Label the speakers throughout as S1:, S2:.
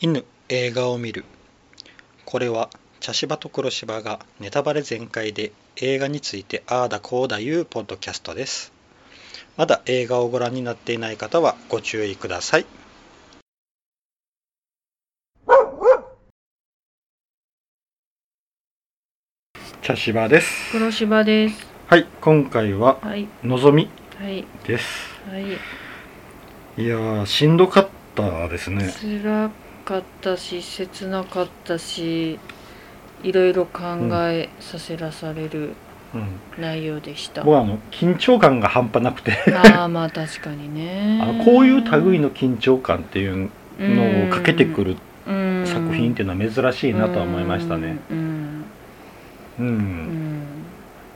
S1: 犬映画を見るこれは茶芝と黒芝がネタバレ全開で映画についてああだこうだいうポッドキャストですまだ映画をご覧になっていない方はご注意ください茶芝です
S2: 黒芝です。
S1: はい今回は
S2: はい、
S1: のぞみ
S2: はい、
S1: です
S2: はい。
S1: いやーしんどかったですね
S2: 辛かったし、切なかったし、いろいろ考えさせらされる
S1: うん
S2: 内容でした。
S1: 僕はあの緊張感が半端なくて
S2: ああ、まあ確かにね。
S1: あのこういう類の緊張感っていうのをかけてくる
S2: うん
S1: 作品っていうのは珍しいなとは思いましたね。
S2: うん。
S1: うん、
S2: うんうん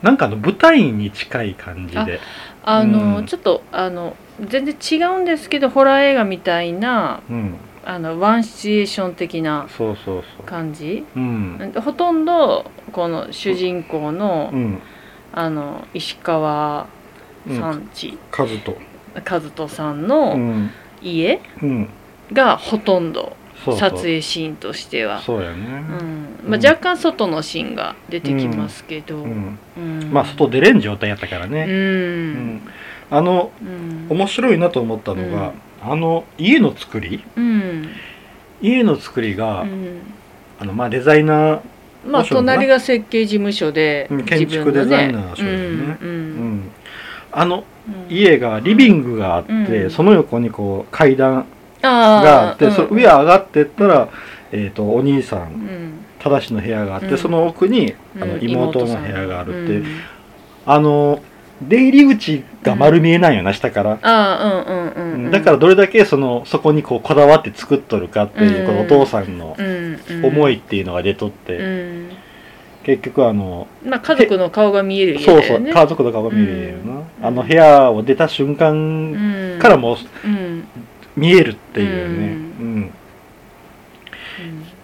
S1: なんかあの舞台に近い感じで、
S2: あの、
S1: うん
S2: ちょっとあの全然違うんですけどホラー映画みたいな
S1: うん、
S2: あのワンシチュエーション的な
S1: そうそうそう、
S2: 感じ
S1: うん、
S2: ほとんどこの主人公の、
S1: うん、
S2: あの石川さんち、
S1: カズと、
S2: 和人さん
S1: う
S2: の
S1: ん、
S2: 家
S1: うん、
S2: がほとんど
S1: そうそう、
S2: 撮影シーンとしては
S1: そうやね、
S2: うんまあ、若干外のシーンが出てきますけど、
S1: うん、
S2: うん
S1: まあ外出れん状態やったから
S2: う
S1: ね、うん
S2: ん
S1: あの
S2: うん
S1: 面白いなと思ったのが、あの家の作り、
S2: うん
S1: 家の作りが、
S2: うん
S1: あのまあデザイナー、
S2: まあ
S1: どうしようかな
S2: 隣が設計事務所で
S1: うん建築
S2: 自分の
S1: デザイナーの人だよね
S2: う
S1: うんん、あの
S2: うん
S1: 家がリビングがあって、
S2: うん
S1: その横にこう階段があ
S2: あ
S1: って
S2: ー
S1: そ
S2: うん
S1: 上上がってったら、えー、とお兄さ
S2: うんん
S1: 正しの部屋があって、
S2: うん
S1: その奥にあの
S2: うん
S1: 妹の
S2: さん
S1: 部屋があるっていう、
S2: うん
S1: あの出入り口が丸見えないよな、下から。
S2: ああうんうんうんうん
S1: だからどれだけそのそこにこうこだわって作っとるかっていう、
S2: うん
S1: このお父さんの思いっていうのが出とって、
S2: うん
S1: 結局あの、
S2: まあ家族の顔が見える家
S1: そう
S2: だ
S1: そ
S2: よ
S1: う
S2: ね
S1: 家族とかも見れるよな、
S2: うん
S1: あの部屋を出た瞬間
S2: うん
S1: からもう
S2: うんうん
S1: 見えるっていうね、
S2: う
S1: うん、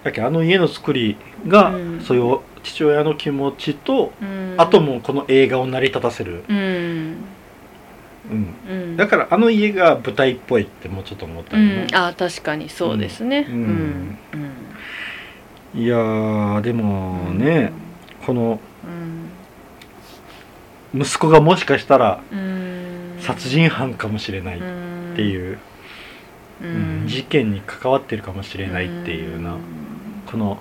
S1: だけどあの家の作りが、
S2: うん
S1: そういう父親の気持ちと、
S2: うん
S1: あともうこの映画を成り立たせる、
S2: うん
S1: うん、
S2: うん
S1: だからあの家が舞台っぽいってもうちょっと思った
S2: う
S1: よ
S2: ん
S1: ね、
S2: あ確かにそうですね
S1: う
S2: うんんうん
S1: いやーでもね、この
S2: うん
S1: 息子がもしかしたら
S2: うん
S1: 殺人犯かもしれないっ
S2: って
S1: いう、
S2: うん
S1: うん事件に関わってるかもしれないっていうな、
S2: うん
S1: この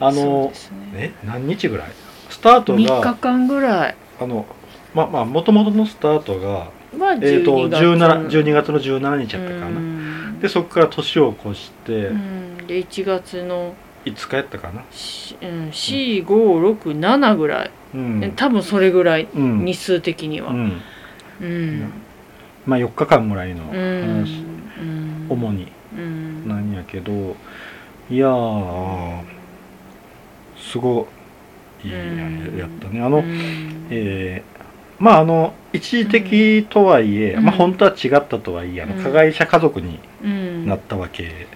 S1: あ
S2: そう
S1: の
S2: ですね
S1: え何日ぐらいスタート
S2: 3日
S1: が
S2: 間ぐらい
S1: あのまあまあもともとのスタートが
S2: は
S1: えー、と
S2: 12
S1: 17 12
S2: 月
S1: 月の17日やったかな、
S2: な
S1: でそこから年を越して
S2: うんで1月の
S1: 5日やったかな
S2: 4567ぐらい、
S1: うん、
S2: 多分それぐらい
S1: うん
S2: 日数的には
S1: う
S2: うん
S1: ん
S2: うん
S1: まあ、4日間ぐらいの
S2: う
S1: 話、
S2: ん
S1: 主に
S2: うん
S1: なんやけどいやーすごいや
S2: うん
S1: やったねあ
S2: あ
S1: の、えーまああの一時的とはいえ、
S2: うん
S1: まあ本当は違ったとはいえあの
S2: うん
S1: 加害者家族に
S2: うん
S1: なったわけ、ね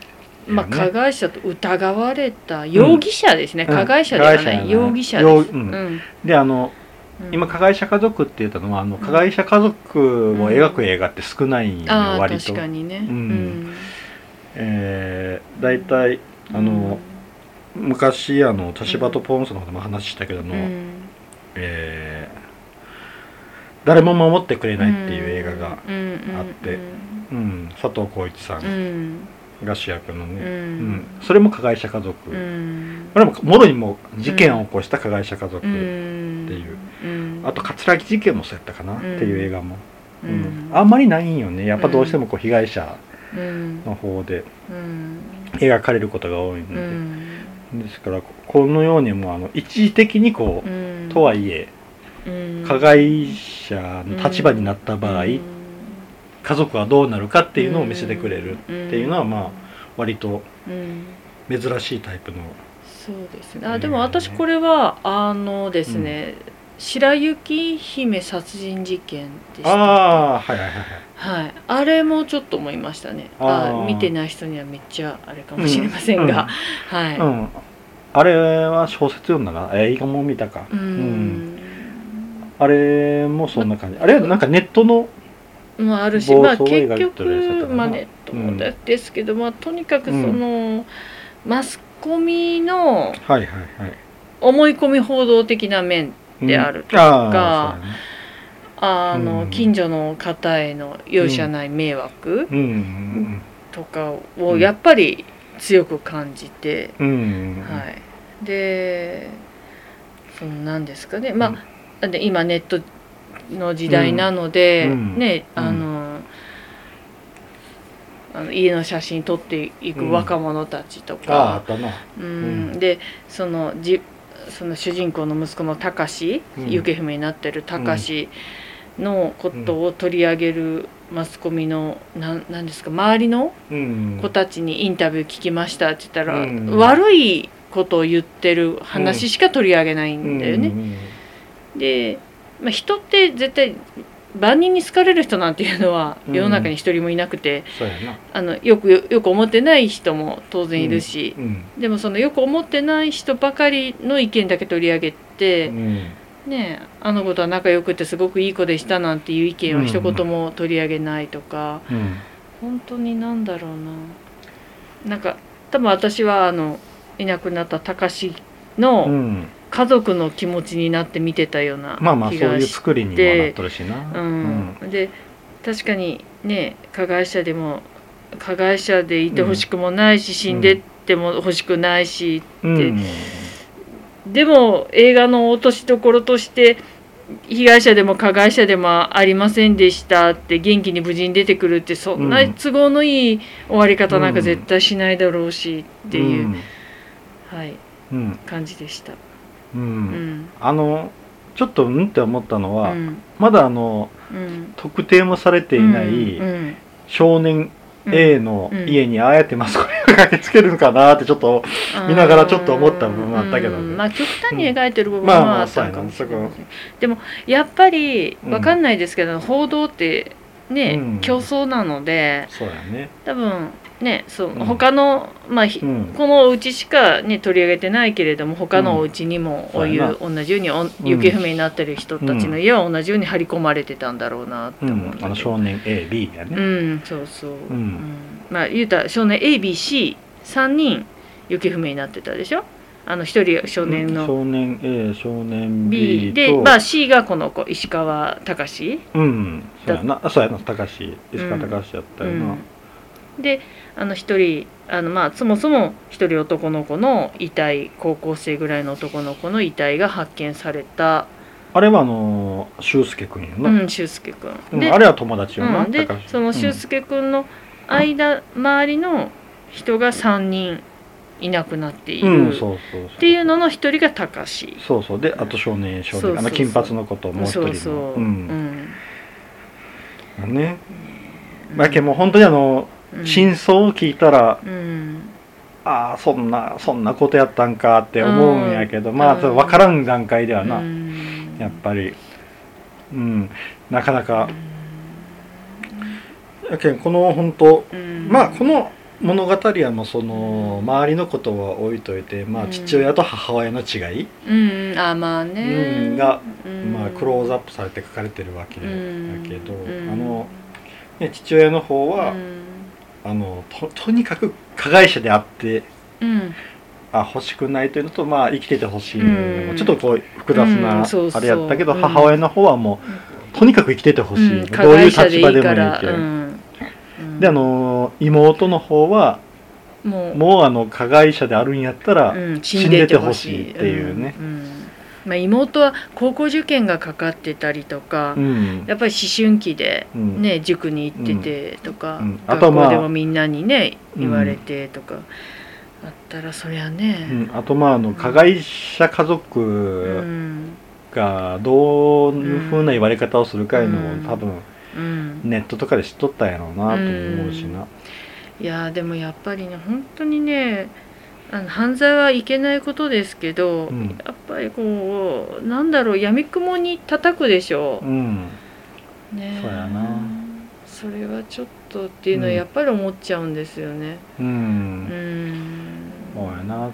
S2: まあ加害者と疑われた容疑者ですね、
S1: うん
S2: 加害者ではない、
S1: 加害者じゃない
S2: 容疑者です、
S1: よう
S2: うんん
S1: であの
S2: うん
S1: 今加害者家族って言ったのはあの加害者家族を描く映画って少ないんよ、
S2: ああ
S1: 割と
S2: 確かにね、
S1: う
S2: うんん
S1: えー、大体あの、昔あの田芝とポンソの方でも話したけどあ
S2: うん
S1: の、
S2: うん
S1: えー誰も守ってくれない」っていう映画が、あってうん佐藤浩市さ
S2: うんん
S1: が主役の
S2: うんう
S1: ね、うん
S2: ん
S1: それも加害者家族、
S2: うん
S1: これももろにも事件を起こした加害者家族、
S2: うん
S1: っていう、
S2: うん
S1: あと葛城事件もそうやったかな、っていう映画も、
S2: う
S1: うん
S2: ん
S1: あんまりないんよねやっぱどうしてもこう被害者
S2: うん
S1: の方で
S2: うん
S1: 描かれることが多いの
S2: う
S1: で、
S2: ん
S1: ですからここのようにもうあの一時的にこう、
S2: うん
S1: とはいえ
S2: うん
S1: 加害者の立場になった場合、
S2: うん
S1: 家族はどうなるかっていうのを見せてくれる
S2: て
S1: っていうのはま割と
S2: あ、うん
S1: 珍しいタイプの
S2: そうですねあでも私これはあのですね、白雪姫殺人事件でした
S1: ああはいはいはいはい
S2: はい、あれもちょっと思いましたね
S1: あー
S2: あ見てない人にはめっちゃあれかもしれませんが、はい、
S1: うん、うんあれは小説読んだな映画も見たか
S2: うん
S1: あれもそんな感じあれはなんかネットの
S2: もあるし、
S1: 暴
S2: まあ、
S1: 走を
S2: 結
S1: 描いてるやつだから
S2: 局
S1: な
S2: まあネットもだですけど、まあ、とにかくその、マスコミの
S1: はいはいはい。
S2: 思い込み報道的な面
S1: うん
S2: であると
S1: ああ
S2: あの、
S1: うん
S2: 近所の方への容赦ない迷惑
S1: そうやねうん
S2: とか
S1: う
S2: を
S1: ん
S2: やっぱり強く感じて、
S1: うんうん。うん
S2: はい、でその何ですかねまあ、で今ネットの時代なので、
S1: うんうん
S2: ね
S1: うん
S2: あの,、あの家の写真撮っていく若者たちと
S1: あああ
S2: か
S1: っ、たな。
S2: うん
S1: うん
S2: でそのじその主人公の息子の貴司
S1: うん
S2: 行方不明になってる貴司のことを取り上げるマスコミのなんなんですか周りの
S1: うん
S2: 子たちにインタビュー聞きましたって言ったら、
S1: うん
S2: 悪いことを言ってる話しか取り上げないんだよね。
S1: うん
S2: で、まあ、人って絶対万人に好かれる人なんていうのは
S1: うん
S2: 世の中に一人もいなくて、
S1: そうやな。
S2: あのよくよく思ってない人も当然いるし
S1: う、ん。
S2: でもそのよく思ってない人ばかりの意見だけ取り上げて、
S1: うん
S2: ねえあの子とは仲良くてすごくいい子でしたなんていう意見は一言も取り上げないとか、
S1: うん。
S2: 本当になんだろうななんか多分私はあのいなくなった貴司
S1: う
S2: の
S1: ん。
S2: 家族の気持ちになって見てたような気がして。
S1: まあまあそういう作りにもなっとるしな。
S2: うんで確かにね加害者でも加害者でいてほしくもないし、死んでっても欲しくないし、
S1: うん。うん
S2: でも映画の落としどころとして被害者でも加害者でもありませんでしたって元気に無事に出てくるってそんな
S1: うん
S2: 都合のいい終わり方なん
S1: う
S2: か
S1: ん
S2: 絶対しないだろうしっていう、
S1: ん。
S2: はい、
S1: うん。
S2: 感じでした。
S1: う。
S2: うんん
S1: あのちょっとうんって思ったの
S2: う
S1: は、
S2: ん
S1: まだあの
S2: うん
S1: 特定もされていない
S2: うん
S1: 少年
S2: うん
S1: A の家にああやってマスコミを駆けつけるのかなってちょっと見ながらちょっと思った部分はあったけどね
S2: うんまあ極端に描いてる部分
S1: まあま
S2: は
S1: あ
S2: あったのかもし
S1: そ
S2: れ
S1: う
S2: な
S1: や
S2: い、
S1: な
S2: でもやっぱり
S1: うん
S2: わかんないですけど、報道ってね、
S1: うん
S2: 競争なので
S1: そうやね
S2: 多分ねそう、
S1: うん
S2: 他のまあひ
S1: うん
S2: このお家しかね取り上げてないけれども他のお家にも
S1: うん
S2: お湯、
S1: そ
S2: 同じようにお行方不明になってる人たちの家は同じように張り込まれてたんだろうなって
S1: う
S2: 思
S1: んあ
S2: う、だ
S1: の
S2: けど
S1: 少年 AB や
S2: う
S1: ね、
S2: んそうそう、うんまあ言うたら少年 ABC3 人行方不明になってたでしょあの一人少年の
S1: 少年 A 少年 B
S2: B
S1: と
S2: で、まあ、C がこの子石川隆
S1: うんそうやなそうやな高志石川高志やったよな、
S2: うん、であの一人あのまあそもそも一人男の子の遺体高校生ぐらいの男の子の遺体が発見された、
S1: あれはあの俊介君やな、
S2: うん、俊介君
S1: うん
S2: で,、
S1: あれは友達よな、
S2: うん、で
S1: 高志
S2: その俊介君の間、周りの人が3人いなくなっている、
S1: うん、うん、そうそうそう
S2: っていうのの一人が高志
S1: そうそうであと少年少
S2: そ
S1: 年
S2: うそうそう
S1: あの金髪の子ともう一人
S2: そ
S1: の
S2: うそう、
S1: んねだけどもう本当にあの
S2: うん
S1: 真相を聞いたら、
S2: うん
S1: ああそんなそんなことやったんかって思うんやけど、
S2: うん
S1: まあ
S2: うん
S1: ちょっと分からん段階ではな、
S2: うん
S1: やっぱりうんなかなかやけんこの本当
S2: うん
S1: まあこの物語はもうその周りのことは置いといて、まあ、
S2: うん
S1: 父親と母親の違い、
S2: うんうんあまあね、
S1: うんが
S2: うん
S1: まあ、クローズアップされて書かれてるわけだ
S2: うん
S1: けど、
S2: うん
S1: あの、ね、父親の方は、あのととにかく加害者であって
S2: うん
S1: あ欲しくないというのと、まあ、生きててほしいのも、
S2: うん
S1: ちょっとこう複雑
S2: う
S1: なん
S2: そうそ
S1: あ
S2: う
S1: れやったけど、
S2: うん
S1: 母親の方はもうとにかく生きててほしい、
S2: うん
S1: どういう立場でもいいけど
S2: 加害者でいいからうんうん
S1: であの妹の方は
S2: もう
S1: もうあの加害者であるんやったら、
S2: うん
S1: 死んでてほしいっていうね
S2: んんまあ、妹は高校受験がかかってたりとか、
S1: うん
S2: やっぱり思春期で、
S1: うん
S2: ね塾に行っててとか、
S1: うんあとは
S2: 学
S1: まあ
S2: 校でもみんなにね
S1: うん
S2: 言われてとか、あったらそりゃ
S1: う
S2: ね、
S1: んあとまああの加害者家族
S2: ん
S1: がどういうふうな言われ方をするかいうの
S2: うん
S1: も多分
S2: うん、
S1: ネットとかで知っとったんやろうなと思うしな、
S2: いやーでもやっぱりね本当にねあの犯罪はいけないことですけど、
S1: うん
S2: やっぱりこうなんだろうやみくもに叩くでしょ
S1: う、ん、
S2: ねえ
S1: そうやな
S2: それはちょっとっていうのは
S1: うん
S2: やっぱり思っちゃうんですよね
S1: う、
S2: うんん
S1: そうやな
S2: うん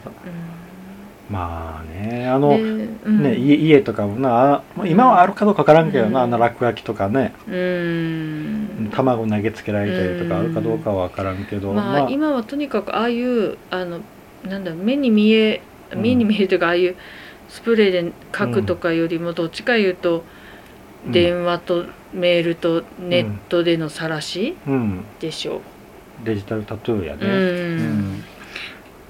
S1: まあねあの、
S2: ね
S1: ね
S2: うん
S1: 家家とかもなあまあ今はあるかどうかわからんけどな、
S2: うん
S1: あの落書きとかね
S2: うん
S1: 卵投げつけられたりとかあるかどうかはわからんけど、
S2: まあ、今はとにかくああいうあのなんだ目に見え
S1: うん
S2: 目に見えるというか、ああいうスプレーで書くとかよりもどっちかいうと、電話とメールとネットでの晒し
S1: うん、うん
S2: でしょ
S1: デジタルタトゥーや
S2: う。う
S1: ね、
S2: ん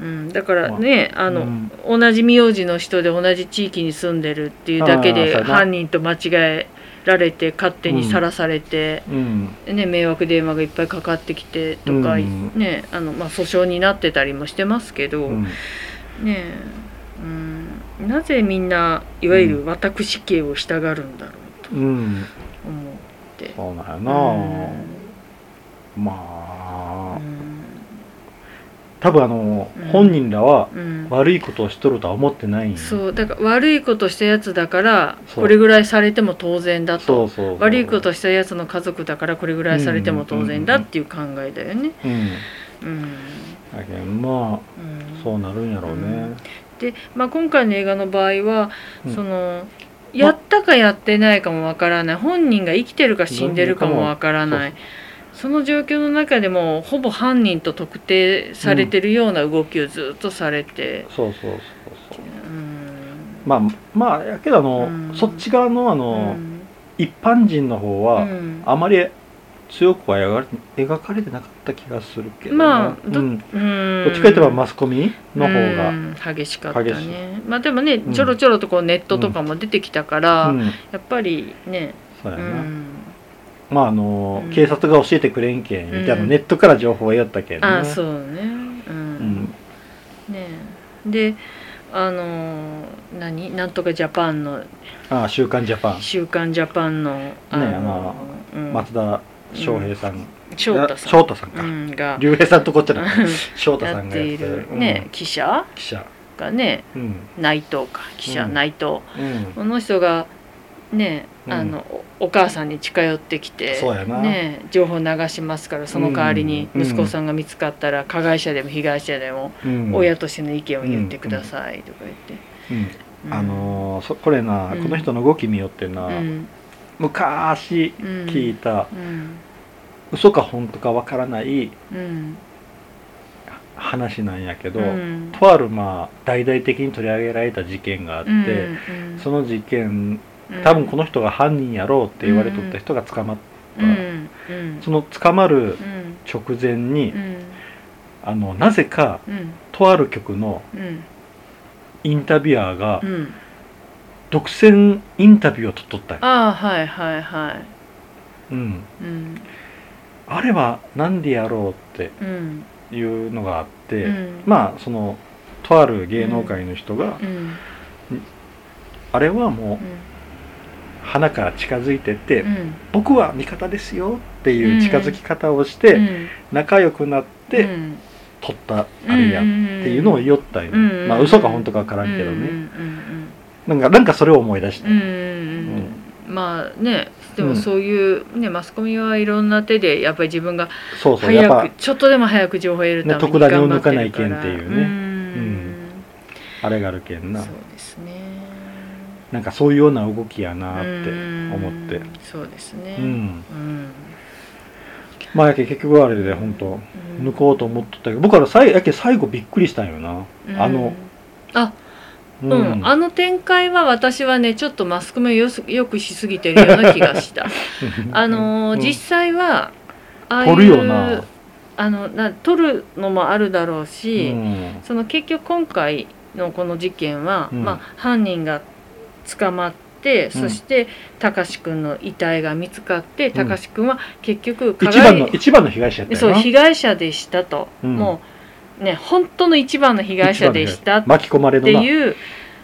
S2: うん、だからね、あの、
S1: うん
S2: 同じ名字の人で同じ地域に住んでるっていうだけ
S1: あーそう
S2: で
S1: やな
S2: 犯人と間違えられて勝手にさらされて、
S1: うん
S2: ね、迷惑電話がいっぱいかかってきてとか、
S1: うん
S2: ねあのまあ、訴訟になってたりもしてますけど、
S1: うん
S2: ねえうん、なぜみんないわゆる私系を従うんだろうと
S1: うん、
S2: 思う。
S1: そうなんや
S2: う
S1: な、まあ
S2: ん
S1: 多分あの、
S2: うん
S1: 本人らは
S2: うん
S1: 悪いことをしとるとは思ってないんや
S2: そうだから悪いことしたやつだから
S1: そう
S2: これぐらいされても当然だ
S1: そ
S2: と
S1: うそうそう
S2: 悪いことしたやつの家族だからこれぐらいされても当然だっていう考えだよね。
S1: うん
S2: うん
S1: だけどまあ
S2: うん
S1: そうなるんやろうね、
S2: で、まあ、今回の映画の場合は、
S1: うん
S2: そのやったかやってないかもわからない本人が生きてるか死んでるかもわからないその状況の中でもほぼ犯人と特定されてるような動きをずっとされて。
S1: そうそうそうそう
S2: うん
S1: まあまあやけどあの、
S2: うん
S1: そっち側のあの、
S2: うん
S1: 一般人の方
S2: う
S1: は、
S2: ん
S1: あまり強くは描かれ描かれてなかった気がするけどな
S2: まあど
S1: うん、ど
S2: うん
S1: っちかといえばマスコミの方が、
S2: う
S1: うん
S2: ん激しかった
S1: 激し
S2: ねまあでもね
S1: うん
S2: ちょろちょろとこうネットとかも出てきたから、やっぱりね
S1: そうや
S2: う
S1: な、
S2: ん
S1: まああの、
S2: うん
S1: 警察が教えてくれんけんみたいな、
S2: うん
S1: ネットから情報を得よったけんね
S2: ああそうねう
S1: うんん、
S2: ねであのー何なんとかジャパンの
S1: ああ週刊ジャパ
S2: 「週刊ジャパンの」あのー
S1: ま
S2: うん
S1: ン松田翔平さん、
S2: 翔太さん
S1: 翔太さんか、
S2: うんが
S1: 竜兵さんとこっちゃなくて
S2: うん
S1: 翔太
S2: や
S1: さ
S2: っ
S1: んが
S2: て
S1: や
S2: い
S1: って
S2: る、
S1: る、
S2: ね
S1: うん
S2: 記者
S1: 記者
S2: がね
S1: うん
S2: 内藤か記者
S1: うん
S2: 内藤、
S1: うん
S2: この人がね
S1: うん
S2: あの、おお母さんに近寄ってきて
S1: そうやな
S2: ね、情報流しますからその代わりに
S1: うん
S2: 息子さんが見つかったら加害者でも被害者でも
S1: うん
S2: 親としての意見を言ってくださいとか言って。
S1: うん
S2: うん
S1: あのーそこれな、
S2: うん
S1: この人の動きによってな、
S2: うん
S1: 昔
S2: うん
S1: 聞いた、
S2: うん
S1: 嘘か本当かわからない
S2: うん
S1: 話なんやけど、
S2: うん
S1: とあるまあ大々的に取り上げられた事件があって、
S2: うん
S1: その事件
S2: うん
S1: 多分この人が犯人やろうって言われとった人が捕まっ
S2: うんうんうん
S1: その捕まる
S2: うん
S1: 直前に、
S2: うん
S1: あのなぜか
S2: うん
S1: とある局の
S2: うん
S1: インタビュアーが
S2: うん
S1: 独占インタビューを取っとったんや
S2: ああはいはいは
S1: うん、
S2: いうん
S1: あれはなんでやろうって
S2: うん
S1: いうのがあって、
S2: うん
S1: まあそのとある芸能界の人が、
S2: うん
S1: あれはも
S2: うん
S1: う花から近づいてって、
S2: うん
S1: 僕は味方ですよって
S2: う
S1: い
S2: ん
S1: う近づき方をして、
S2: うん
S1: 仲良くなって、
S2: うん
S1: 取ったあれやっていうのを言おったんよ、
S2: うん
S1: まあ嘘か本当かわからんけど
S2: うんうん
S1: ね、なんかなんかそれを思い出した、
S2: うんうんうんうんまあねでもそういう、ね、マスコミはいろんな手でやっぱり自分が
S1: そうそうやっ
S2: 早
S1: ぱ
S2: くちょっとでも早く情報を得るために
S1: ね特ダネ
S2: 頑
S1: を
S2: 張
S1: 抜
S2: って
S1: か
S2: る
S1: ないけんっていうね
S2: から
S1: あれがあるけん
S2: うん
S1: な
S2: そうですね
S1: なんかそういうような動きやなって思って
S2: うんそうですね
S1: うん、
S2: うん
S1: まあやけ結局あれで本当
S2: うん
S1: 抜こうと思っとったけど僕はさいやけ最後びっくりしたんよなあの
S2: あ
S1: う
S2: うん、あの展開は私はねちょっとマスコミをよすよくしすぎてるような気が したあのー実際はああい
S1: 取るよな
S2: うあのな撮るのもあるだろう
S1: う
S2: し、
S1: ん
S2: その結局今回のこの事件は、
S1: うん
S2: まあ、犯人が捕まって、
S1: うん
S2: そして貴司君の遺体が見つかって
S1: ん
S2: 貴司君は結局
S1: 一番の一番の被害者やった
S2: そ
S1: よ
S2: う
S1: な
S2: 被害者でしたと、
S1: うん
S2: もうね本当の一番の被害者でしたっ
S1: 巻き込まれの
S2: て
S1: な
S2: いう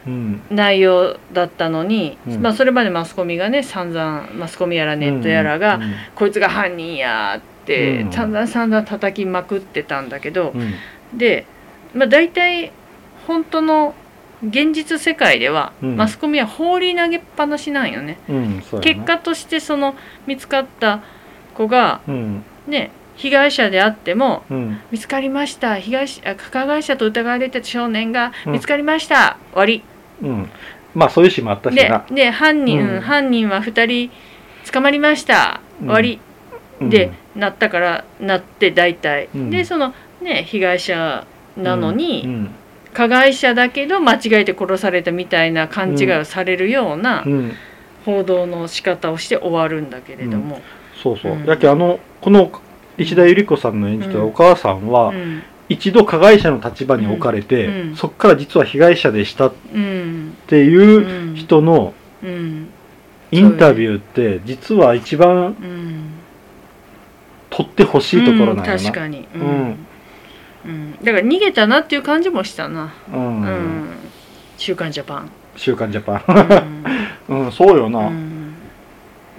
S1: うん
S2: 内容だったのに、
S1: うん
S2: まあ、それまでマスコミがね散々マスコミやらネットやらが、
S1: うん
S2: こいつが犯人やーって、
S1: うん
S2: 散々散々叩きまくってたんだけど、
S1: うん
S2: で、まあ、大体本当の現実世界では、
S1: うん
S2: マスコミは放り投げっぱなしなんよね。
S1: うんうんそうやな
S2: 結果としてその見つかった子が
S1: うん
S2: ね被害者であっても
S1: うん
S2: 見つかりました被害者あ加害者と疑われてた少年が
S1: うん
S2: 見つかりました、終わり
S1: うんまあそういう詩もあったし
S2: で
S1: な、
S2: で犯人、
S1: うん
S2: 犯人は2人捕まりました
S1: うん
S2: 終わり、
S1: うん
S2: で、なったからなって大体、
S1: うん
S2: でそのね被害者なのに、
S1: うん
S2: 加害者だけど間違えて殺されたみたいな勘違いをされるような
S1: うん、
S2: 報道の仕方をして終わるんだけれども、
S1: そうそう、
S2: うん
S1: だけどあのこの石田ゆり子さんの演じたお母さんは、
S2: うん
S1: 一度加害者の立場に置かれて、
S2: うんうん
S1: そこから実は被害者でしたっ
S2: うん
S1: て
S2: う
S1: いうん人の
S2: うん
S1: インタビューって実は一番
S2: うん
S1: 取ってほしいところなんやな、
S2: うん確かに、うん
S1: うん
S2: うんだから逃げたなっていう感じもしたな「
S1: うん
S2: うん週刊ジ ャパン
S1: 週刊ジャパ」
S2: うん
S1: ン うんそうよな、
S2: うん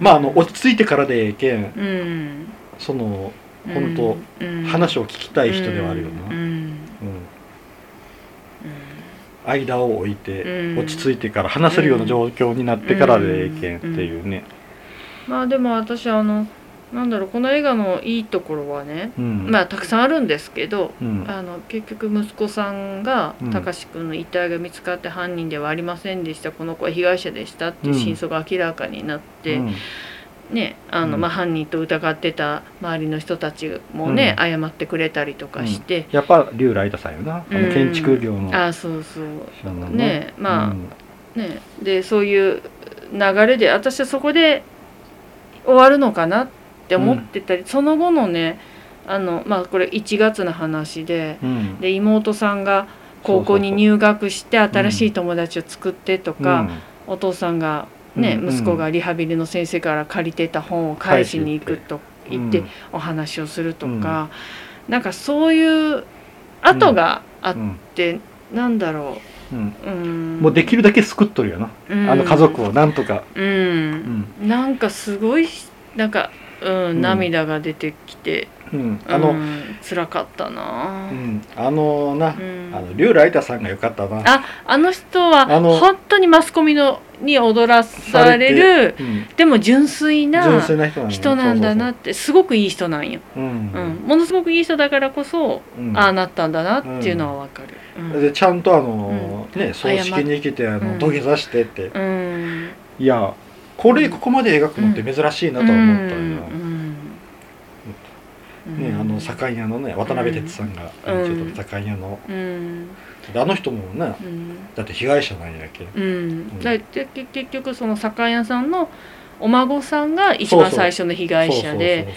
S1: まああの落ち着いてからでええけん
S2: うん
S1: その
S2: うん
S1: ほん
S2: うん
S1: 話を聞きた
S2: た
S1: い人ではあるよな、
S2: うん
S1: うん
S2: う
S1: 間を置いて
S2: うん
S1: 落ち着いてから話せるような状況になってからでええけんっていうね
S2: んまあでも私あのなんだろうこの映画のいいところはね、
S1: うん
S2: まあたくさんあるんですけど
S1: うん
S2: あの結局息子さんが
S1: うん
S2: 貴司君の遺体が見つかって犯人ではありませんでしたこの子は被害者でしたっていう真相が明らかになって、
S1: うん
S2: ねあの
S1: うん
S2: まあ、犯人と疑ってた周りの人たちもね、謝ってくれたりとかして、
S1: やっぱ竜ライタさんよなあの
S2: うん
S1: 建築業の
S2: ああそうそう
S1: 人なの
S2: ねまあ
S1: うん
S2: ね、でそういう流れで私はそこで終わるのかなって思ってたり、その後のねあの、まあ、これ1月の話で
S1: うん
S2: で妹さんが高校に入学して新しい友達を作ってとか、お父さんが、ね
S1: うん
S2: 息子がリハビリの先生から借りてた本を返しに行くと
S1: うん
S2: 言ってお話をするとか、なんかそういう後があっ
S1: うん
S2: て、なんだろ
S1: うん
S2: う、うん、
S1: もうできるだけ救っとるよな
S2: うん
S1: あの家族をなんとか
S2: うん
S1: うん
S2: なんかすごいなんか、うん
S1: ん
S2: 涙が出てきて、
S1: うん
S2: あ
S1: あ
S2: の
S1: の
S2: 辛かったな
S1: う、んあのな
S2: うん
S1: あの竜ライタさんがよかったな
S2: ああの人は
S1: あの
S2: 本当にマスコミのに踊らされる
S1: うん
S2: でも純粋な
S1: 純粋な人なの
S2: 人なんだなってすごくいい人なんよ、
S1: そうそうそううん
S2: うんものすごくいい人だからこそ、
S1: うん
S2: ああなったんだなっていうのはわかる、うん
S1: でちゃんとあのね葬式に来てあ
S2: う
S1: の
S2: ん
S1: 土下座してって
S2: うん
S1: いやこれここまで描くのって珍しいなとは思ったんだ、
S2: うん
S1: ね、あ
S2: うん
S1: の酒屋のね渡辺哲さんが
S2: うん
S1: ちょっと酒屋の、
S2: うん
S1: であの人もね
S2: うん
S1: だって被害者なんやけ
S2: うん、
S1: ん
S2: だってけ結局その酒屋さんのお孫さんが一番最初の被害者で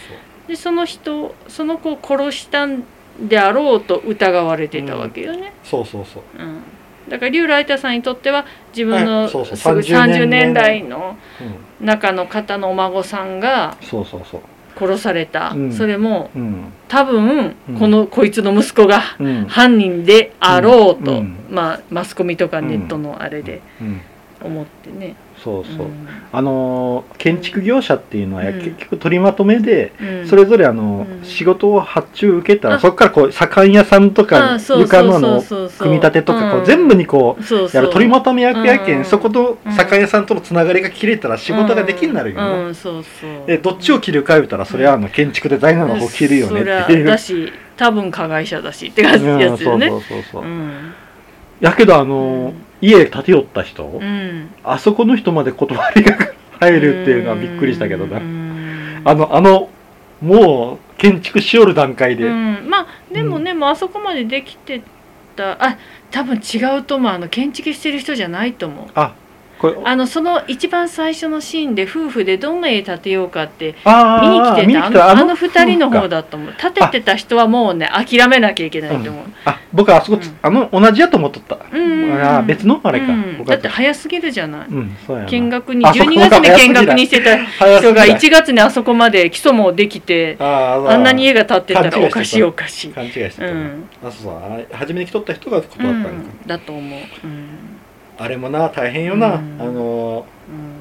S2: でその人その子を殺したんであろうと疑われてたわけよね、
S1: そうそうそうそうそうそう
S2: うんだから竜ライターさんにとっては自分
S1: は
S2: の
S1: いそうそう
S2: すぐ
S1: 30
S2: 30年
S1: 年
S2: 代
S1: 代
S2: の
S1: そう、うん、
S2: 中の方のお孫さんが
S1: そうそうそう
S2: 殺された、
S1: うん
S2: それも
S1: うん
S2: 多分
S1: うん
S2: この、こいつの息子が
S1: うん
S2: 犯人であろう
S1: う
S2: と、
S1: ん
S2: まあ、マスコミとかネットのあれで
S1: うん
S2: 思ってね。
S1: そうそう、
S2: うん
S1: あのー建築業者っていうのは、
S2: うん
S1: 結局取りまとめで
S2: うん
S1: それぞれあの、
S2: うん
S1: 仕事を発注受けた
S2: あ
S1: らそこからこう左官屋さんと
S2: あ
S1: か
S2: そうそう
S1: 床のあの
S2: そうそう
S1: 組み立てとかこ
S2: うん
S1: う全部にこう
S2: そうそ
S1: や
S2: う
S1: る取りまとめ役やけん、
S2: うん
S1: そこと酒屋さんとのつながりが切れたら仕事ができになるよね、
S2: うんうんそうそう
S1: でどっちを切るか言うたらそれはあの建築デザイナーの方切るよねって
S2: そり
S1: い
S2: ゃ
S1: う。
S2: だし多分加害者だしって感じ
S1: うん
S2: やつ
S1: そ
S2: よ
S1: う
S2: ね
S1: そうそうそう、
S2: うん
S1: やけどあのー、
S2: うん
S1: 家建てよった人、
S2: うん
S1: あそこの人まで断りが入るっていうのはびっくりしたけどな、
S2: うん
S1: あのあのもう建築しおる段階で、
S2: うんまあでもね、もうあそこまでできてたあ多分違うと思うあの建築してる人じゃないと思う
S1: あこれ
S2: あのその一番最初のシーンで夫婦でどんな家建てようかって
S1: あ
S2: 見に来
S1: ー
S2: てたあのあの二人の
S1: そ
S2: 方
S1: うか
S2: だと思う建ててた人はもうね諦めなきゃいけないと思う、
S1: あ僕あそこつ、
S2: うん
S1: あの同じやと思っとった、
S2: うんうん
S1: あー別のあれか、
S2: うん
S1: 僕
S2: だ
S1: は
S2: って早すぎるじゃない
S1: うんそうやな
S2: 見学に
S1: あそこ
S2: 12月に見学にしてた
S1: 早す
S2: 人
S1: ぎな
S2: が
S1: い
S2: 1月にあそこまで基礎もできて
S1: あー
S2: あんなに家が建ってた
S1: 勘違
S2: らお
S1: いしてた
S2: かしいおかしい、
S1: 勘違いして
S2: う
S1: たな、
S2: ん
S1: あそうそうあれ初めに来とった人が
S2: う
S1: 断ったんか、
S2: ん、だと思う、うん
S1: あれもな大変よな、
S2: うん
S1: あのー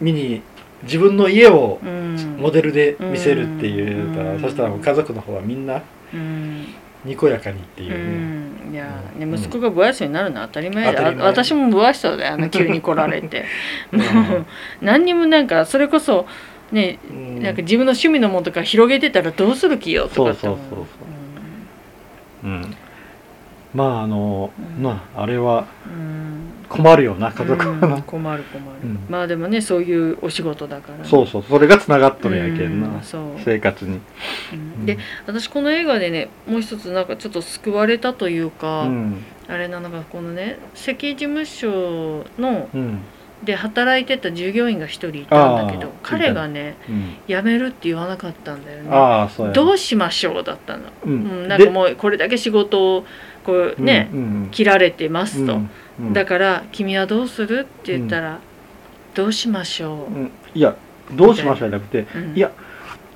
S1: 見に自分の家を
S2: うん、
S1: モデルで見せるっていうから、
S2: うん
S1: そしたらもう家族の方はみんな
S2: うん
S1: にこやかにっていうう、ね
S2: んいや
S1: うん
S2: ね、息子が不愛想になるのは当たり前で、
S1: 当たり
S2: あ
S1: 前
S2: 私も不愛想だよあの急に来られて
S1: うん
S2: もう何にもなんかそれこそね
S1: うん
S2: なんか自分の趣味のものとか広げてたらどうする気よとかって思
S1: そうそうそうそう
S2: うん
S1: うん、まああの、
S2: うん
S1: まああれは
S2: うん
S1: 困るよな家族はな、
S2: うん困る困る、
S1: うん
S2: まあでもねそういうお仕事だからね、
S1: そうそうそれがつながっとるんやけんな、
S2: うんそう、
S1: 生活に、
S2: うんで私この映画でねもう一つなんかちょっと救われたという
S1: う
S2: か、
S1: ん
S2: あれなのがこのね関事務所の
S1: うん
S2: で働いてた従業員が一人いたんだけ
S1: あ
S2: ど
S1: ー
S2: 彼がね
S1: うん
S2: 辞めるって言わなかったんだよね
S1: ああそうや
S2: どうしましょうだったの、
S1: うん
S2: うん、なんかもうこれだけ仕事をこうね、
S1: うんうん
S2: 切られてますと、
S1: うんうん
S2: だから「君はどうする?」って言ったら「どうしましょ
S1: うんいやどうしましょうじゃなくて
S2: う」うん
S1: いや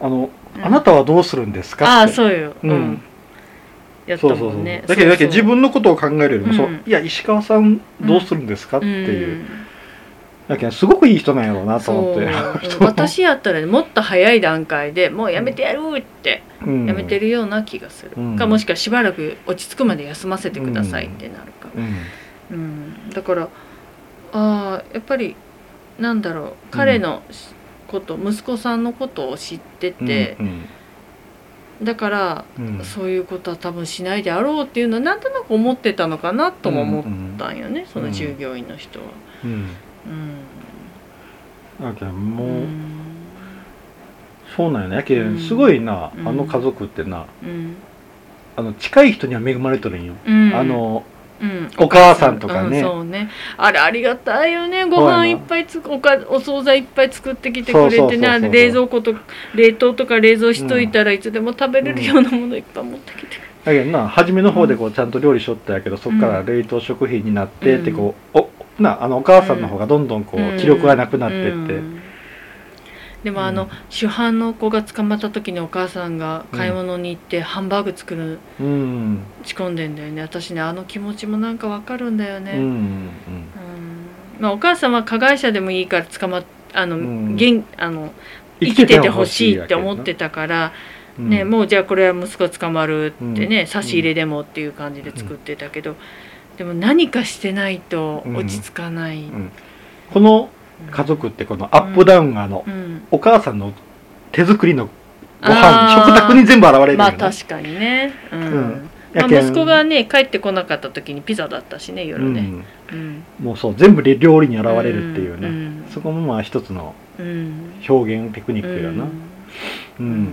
S1: あの、
S2: うん
S1: あなたはどうするんですかって
S2: ああそうよ、うん
S1: うん
S2: やった
S1: そうそう
S2: も
S1: そ
S2: ん
S1: う
S2: ね
S1: だけどだけど自
S2: っ
S1: 分のことを考えるよりも、そううんいや石川さんどうするんですかって
S2: て
S1: いう、だけどすごくいい人なんやろうなと思って
S2: そう私やったらねもっと早い段階でもうやめてやるって
S1: うん
S2: やめてるような気がする、
S1: うん
S2: かもしくはしばらく落ち着くまで休ませてくださいってなるか、
S1: うん
S2: うんだからああやっぱりなんだろう彼のこと、息子さんのことを知ってて、
S1: うん
S2: だから
S1: うんうん
S2: そういうことは多分しないであろうっていうのはなんとなく思ってたのかなとも思ったんよね、その従業員の人は。
S1: うん
S2: うん
S1: だけどもう、
S2: うん
S1: そうなんよねやけ
S2: うん
S1: んすごいな、
S2: うん
S1: あの家族ってな
S2: うん
S1: あの近い人には恵まれとるんよ、
S2: うん
S1: あの
S2: うん
S1: お母さんとか
S2: う
S1: ね
S2: ん、そうねあれありがたいよねご飯いっぱいつくおかお惣菜いっぱい作ってきてくれ
S1: そうそう
S2: て
S1: そうそ
S2: ね
S1: う
S2: あれ冷蔵庫とか冷凍とか冷蔵しといたらいつでも食べれるようなものいっぱい持ってきてく
S1: だけどな初めの方でこうちゃんと料理しとったんやけどそっから冷凍食品になってってこう、おなあのお母さんの方がどんどんこう、
S2: れて
S1: 気力がなくなってって、
S2: うんでもあ
S1: う
S2: の
S1: ん
S2: 主犯の子が捕まった時にお母さんが買い物に行ってハンバーグ作る
S1: うん
S2: 仕込んでんだよね私ねあの気持ちもなんかわかるんだよね、
S1: うん
S2: うんまあ、お母さんは加害者でもいいから捕まっあの、
S1: うん
S2: 現あ
S1: う
S2: の
S1: ん
S2: 生きててほしいって思ってたから、ね、もうじゃあこれは息子捕まるってね、
S1: うん
S2: 差し入れでもっていう感じで作ってたけど、でも何かしてないと落ち着かない、
S1: んこの家族ってこのアップダウンがあの、
S2: うん
S1: お母さんの手作りのご飯
S2: あー
S1: 食卓に全部現れるよ、ね
S2: まあ確かにね、うん
S1: うん
S2: ま
S1: や
S2: あ、
S1: けん
S2: 息子がね帰ってこなかった時にピザだったしね
S1: う
S2: 夜ね、
S1: ん、
S2: うん
S1: もうそう全部料理に現れるっていうね、
S2: ん
S1: そこもまあ一つの
S2: うん
S1: 表現テクニックやな、うん